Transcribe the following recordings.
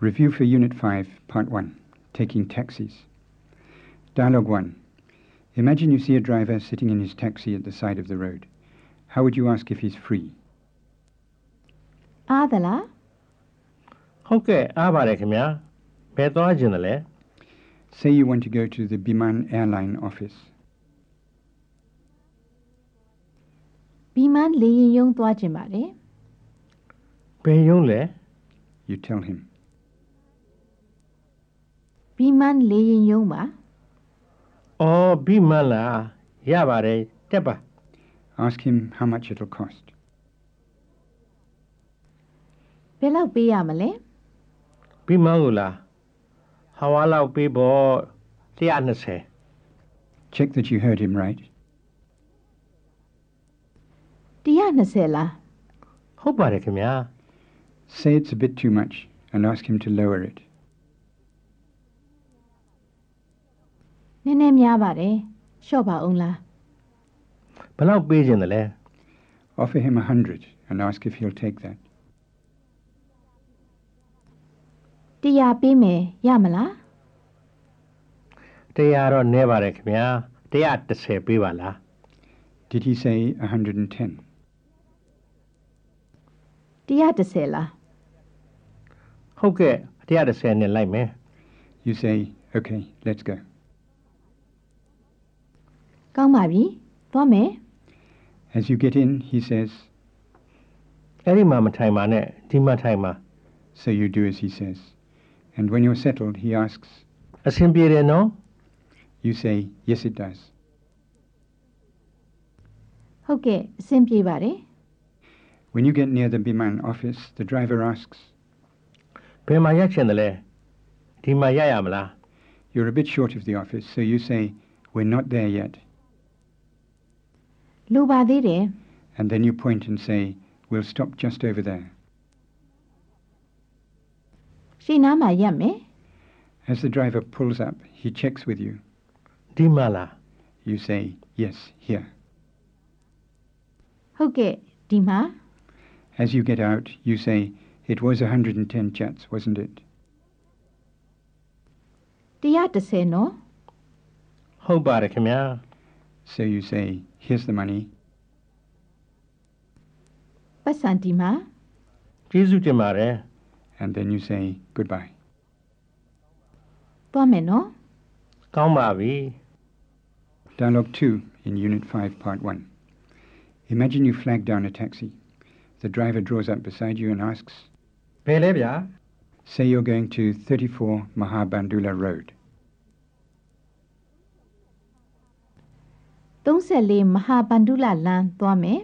Review for Unit 5, Part 1 Taking Taxis. Dialogue 1. Imagine you see a driver sitting in his taxi at the side of the road. How would you ask if he's free? အားသလား ဟုတ်ကဲ့အားပါတယ်ခင်ဗျာဘယ်သွားခြင်းတယ်လဲ Say you want to go to the Biman airline office. ဘီမန်လေရင်ယုံသွားခြင်းပါတယ် ဘယ်ရုံးလဲ You tell him. ဘီမန်လေရင်ယုံပါ အော်ဘီမန်လားရပါတယ်တက်ပါ Ask him how much it'll cost. ဘယ်လောက်ပေးရမလဲ ဘီမန်ကိုလားဟဝါလောက်ပေးဖို့120 Check that you heard him right. 120လား ဟုတ်ပါတယ်ခင်ဗျာ Say it's a bit too much and ask him to lower it. နည်းနည်းများပါတယ်လျှော့ပါအောင်လား ဘယ်လောက်ပေးခြင်းတယ်လဲ Offer him a hundred and ask if he'll take that. 100ပေးမယ်ရမလား တရားတော့နည်းပါတယ်ခင်ဗျာ130ပေးပါလား Did he say a hundred and ten? 110လား ဟုတ်ကဲ့130နဲ့လိုက်မယ် You say, okay, let's go. ကောင်းပါပြီသွားမယ် As you get in, he says, အဲ့ဒီမှာမထိုင်ပါနဲ့ဒီမှာထိုင်ပါ so you do as he says. And when you're settled, he asks, အဆင်ပြေတယ်နော် You say, yes, it does. ဟုတ်ကဲ့အဆင်ပြေပါတယ် When you get near the Biman office, the driver asks, ဘယ်မှာရခြင်းတယ်လဲဒီမှာရရမလား You're a bit short of the office, so you say, We're not there yet. လိုပါသေးတယ် And then you point and say, We'll stop just over there. ရှေ့နားမှာရက်မယ် As the driver pulls up, he checks with you. ဒီမှာလား You say, Yes, here. ဟုတ်ကဲ့ဒီမှာ As you get out, you say, It was 110 chats, wasn't it? 110နော် ဟုတ်ပါတယ်ခင်ဗျာ So you say, Here's the money. ပတ်စံဒီမှာ ကျေးဇူးတင်ပါတယ် And then you say, Goodbye. သွားမယ်နော် ကောင်းပါပြီ Dialogue 2 in Unit 5, Part 1. Imagine you flag down a taxi. The driver draws up beside you and asks, ဘယ်လဲဗျာ Say you're going to 34 Mahabandula Road. 34မဟာဗန္ဓုလလမ်းသွားမယ်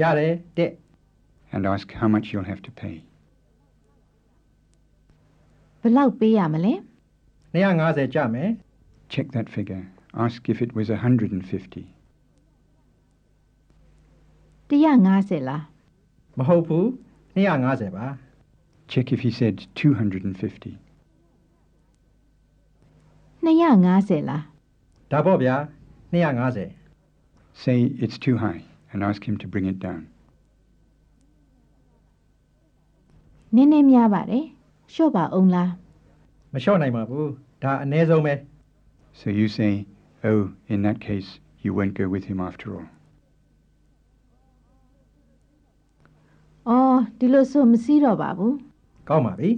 ရတယ်တက် and ask how much you'll have to pay. ဘယ်လောက်ပေးရမလဲ 250ကြမယ် Check that figure. Ask if it was 150. 150လား မဟုတ်ဘူး250ပါ Check if he said 250. 250လား ဒါပေါ့ဗျာ250 Say it's too high and ask him to bring it down. နည်းနည်းများပါတယ်လျှော့ပါအောင်လား မလျှော့နိုင်ပါဘူးဒါအ ਨੇ ဆုံးပဲ So you say, oh, in that case, you won't go with him after all. အော်ဒီလိုဆိုမစည်းတော့ပါဘူး ကောင်းပါပြီ